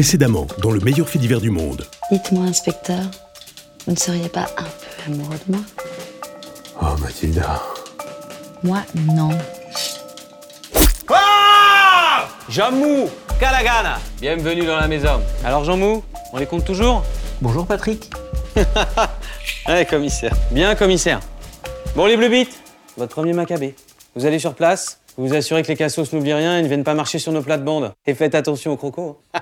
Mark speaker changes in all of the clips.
Speaker 1: Précédemment, dans le meilleur fait divers du monde.
Speaker 2: Dites-moi, inspecteur, vous ne seriez pas un peu amoureux de moi
Speaker 3: Oh, Mathilda.
Speaker 2: Moi, non.
Speaker 4: Jamou Kalagana Bienvenue dans la maison. Alors Jamou, on les compte toujours
Speaker 5: Bonjour Patrick.
Speaker 4: Allez commissaire. Bien commissaire. Bon les bleus bites, votre premier maccabé. Vous allez sur place, vous vous assurez que les cassos n'oublient rien et ne viennent pas marcher sur nos plates-bandes. Et faites attention aux crocos. hein.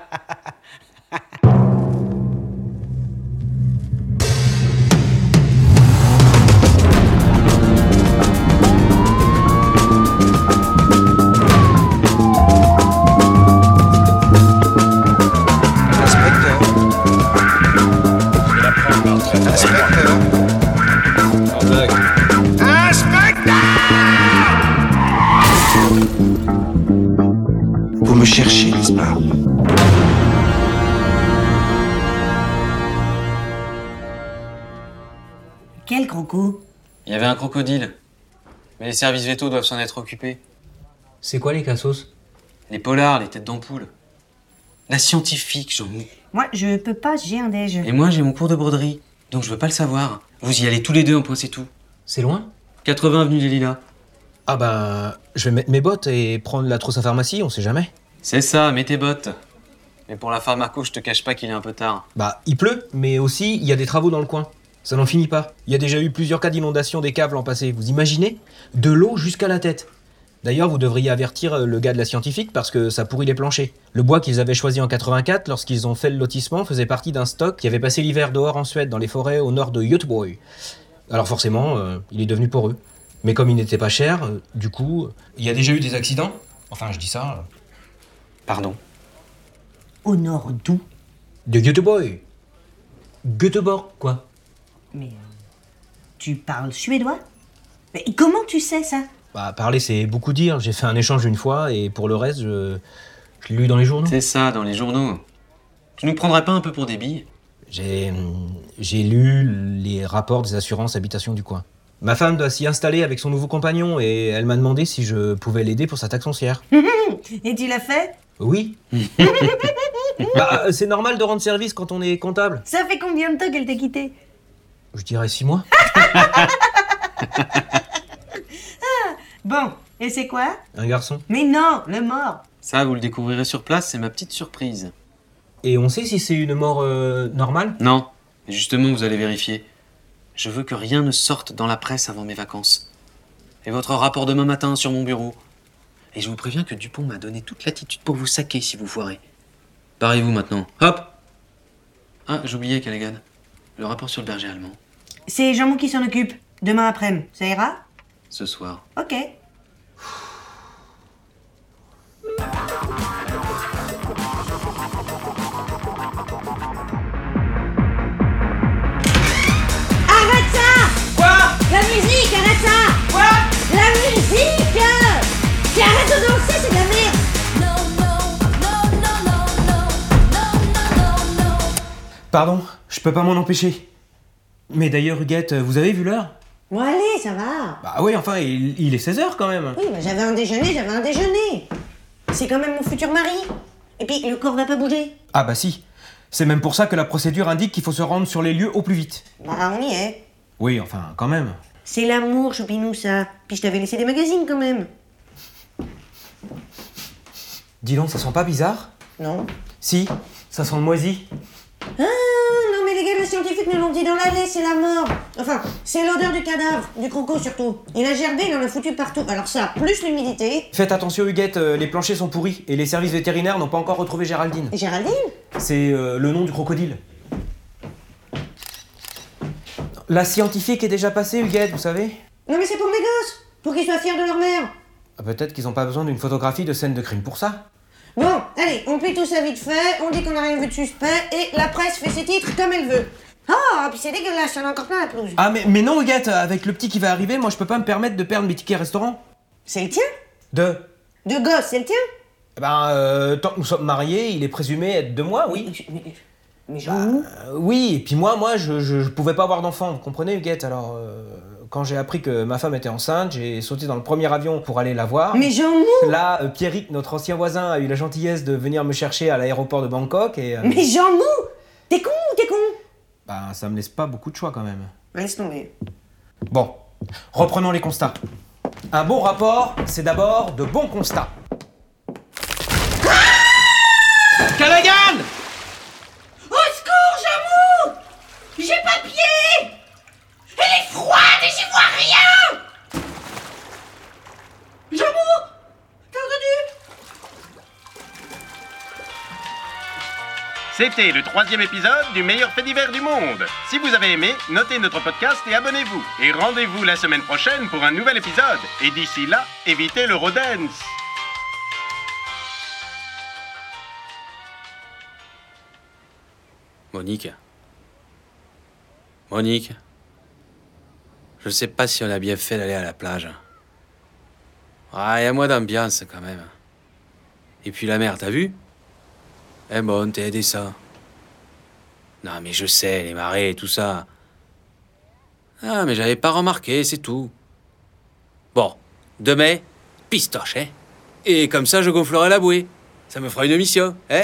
Speaker 6: Vous me cherchez, n'est-ce pas
Speaker 7: Quel croco
Speaker 4: Il y avait un crocodile. Mais les services vétos doivent s'en être occupés.
Speaker 5: C'est quoi les cassos
Speaker 4: Les polars, les têtes d'ampoule. La scientifique, Jamou.
Speaker 7: Moi, je peux pas, j'ai un déj.
Speaker 4: Et moi j'ai mon cours de broderie, donc je veux pas le savoir. Vous y allez tous les deux, un point c'est tout.
Speaker 5: C'est loin
Speaker 4: 80 avenue des Lilas.
Speaker 5: Ah bah, je vais mettre mes bottes et prendre la trousse à pharmacie, on sait jamais.
Speaker 4: C'est ça, mets tes bottes. Mais pour la pharmaco, je te cache pas qu'il est un peu tard.
Speaker 5: Bah, il pleut, mais aussi, il y a des travaux dans le coin. Ça n'en finit pas. Il y a déjà eu plusieurs cas d'inondation des caves l'an passé, vous imaginez De l'eau jusqu'à la tête. D'ailleurs, vous devriez avertir euh, le gars de la scientifique parce que ça pourrit les planchers. Le bois qu'ils avaient choisi en 84 lorsqu'ils ont fait le lotissement faisait partie d'un stock qui avait passé l'hiver dehors en Suède, dans les forêts au nord de Göteborg. Alors forcément, euh, il est devenu poreux. Mais comme il n'était pas cher, euh, du coup, il y a déjà eu des accidents. Enfin, je dis ça. euh,
Speaker 4: Pardon.
Speaker 7: Au nord d'où
Speaker 5: De Göteborg. Göteborg, quoi.
Speaker 7: Mais. euh, Tu parles suédois Mais comment tu sais ça
Speaker 5: Bah, parler, c'est beaucoup dire. J'ai fait un échange une fois et pour le reste, je, je l'ai lu dans les journaux.
Speaker 4: C'est ça, dans les journaux. Tu nous prendrais pas un peu pour des billes
Speaker 5: J'ai hum, j'ai lu les rapports des assurances habitation du coin. Ma femme doit s'y installer avec son nouveau compagnon et elle m'a demandé si je pouvais l'aider pour sa taxe foncière.
Speaker 7: Et tu l'as fait
Speaker 5: Oui. bah, c'est normal de rendre service quand on est comptable.
Speaker 7: Ça fait combien de temps qu'elle t'a quitté
Speaker 5: Je dirais six mois.
Speaker 7: Bon, et c'est quoi
Speaker 5: Un garçon.
Speaker 7: Mais non, le mort
Speaker 4: Ça, vous le découvrirez sur place, c'est ma petite surprise.
Speaker 5: Et on sait si c'est une mort euh, normale
Speaker 4: Non, mais justement, vous allez vérifier. Je veux que rien ne sorte dans la presse avant mes vacances. Et votre rapport demain matin sur mon bureau. Et je vous préviens que Dupont m'a donné toute l'attitude pour vous saquer si vous foirez. Parez-vous maintenant. Hop Ah, j'oubliais, Callaghan. Le rapport sur le berger allemand.
Speaker 7: C'est Jean-Mou qui s'en occupe. Demain après-midi, ça ira
Speaker 4: Ce soir.
Speaker 7: Ok.
Speaker 8: Arrête ça Quoi La musique, arrête ça Quoi La musique Tu arrêtes de danser, c'est de la merde Non, non, non, non, non, non, non, non, non, non.
Speaker 5: Pardon, je peux pas m'en empêcher. Mais d'ailleurs, Huguette, euh, vous avez vu l'heure
Speaker 7: Bon, allez, ça va.
Speaker 5: Bah oui, enfin, il, il est 16h quand même.
Speaker 7: Oui, bah, j'avais un déjeuner, j'avais un déjeuner. C'est quand même mon futur mari. Et puis, le corps va pas bouger.
Speaker 5: Ah bah si. C'est même pour ça que la procédure indique qu'il faut se rendre sur les lieux au plus vite.
Speaker 7: Bah, on y est.
Speaker 5: Oui, enfin, quand même.
Speaker 7: C'est l'amour, Choupinou, ça. Puis je t'avais laissé des magazines quand même.
Speaker 5: Dis donc, ça sent pas bizarre
Speaker 7: Non
Speaker 5: Si, ça sent le moisi.
Speaker 7: Ah, non mais les gars, les scientifiques nous l'ont dit dans l'allée, c'est la mort. Enfin, c'est l'odeur du cadavre, du croco surtout. Il a gerbé, il en a foutu partout. Alors ça, plus l'humidité.
Speaker 5: Faites attention, Huguette, euh, les planchers sont pourris et les services vétérinaires n'ont pas encore retrouvé Géraldine.
Speaker 7: Et Géraldine
Speaker 5: C'est euh, le nom du crocodile. La scientifique est déjà passée, Huguette, vous savez
Speaker 7: Non mais c'est pour mes gosses, pour qu'ils soient fiers de leur mère.
Speaker 5: Ah, Peut-être qu'ils ont pas besoin d'une photographie de scène de crime pour ça.
Speaker 7: Bon, allez, on plie tout ça vite fait, on dit qu'on n'a rien vu de suspect, et la presse fait ses titres comme elle veut. Oh, puis c'est dégueulasse, j'en ai encore plein la pelouse.
Speaker 5: Ah, mais, mais non, Huguette, avec le petit qui va arriver, moi je peux pas me permettre de perdre mes tickets restaurant.
Speaker 7: C'est le tien
Speaker 5: De.
Speaker 7: De gosse, c'est le tien
Speaker 5: Ben, euh, tant que nous sommes mariés, il est présumé être de moi, oui. Ah.
Speaker 7: Mais Jean-Loup
Speaker 5: Euh, oui, et puis moi, moi, je, je, je pouvais pas avoir d'enfant, vous comprenez, Huguette Alors, euh, Quand j'ai appris que ma femme était enceinte, j'ai sauté dans le premier avion pour aller la voir.
Speaker 7: Mais j'en mous
Speaker 5: Là, euh, Pierrick, notre ancien voisin, a eu la gentillesse de venir me chercher à l'aéroport de Bangkok et. euh,
Speaker 7: Mais j'en mous T'es con ou t'es con Bah,
Speaker 5: Bah, ça me laisse pas beaucoup de choix quand même.
Speaker 7: Laisse tomber.
Speaker 5: Bon, reprenons les constats. Un bon rapport, c'est d'abord de bons constats. Callaghan
Speaker 8: Au secours, je mous J'ai pas pied Elle est froide et j'y vois rien Jamou T'as entendu
Speaker 6: C'était le troisième épisode du meilleur fait divers du monde. Si vous avez aimé, notez notre podcast et abonnez-vous. Et rendez-vous la semaine prochaine pour un nouvel épisode. Et d'ici là, évitez le rodents.
Speaker 4: Monique. Monique. Je sais pas si on a bien fait d'aller à la plage. Ah, y a moins d'ambiance quand même. Et puis la mer, t'as vu Eh bon, t'es aidé ça. Non, mais je sais, les marées et tout ça. Ah, mais j'avais pas remarqué, c'est tout. Bon, demain, pistoche, hein Et comme ça, je gonflerai la bouée. Ça me fera une mission, hein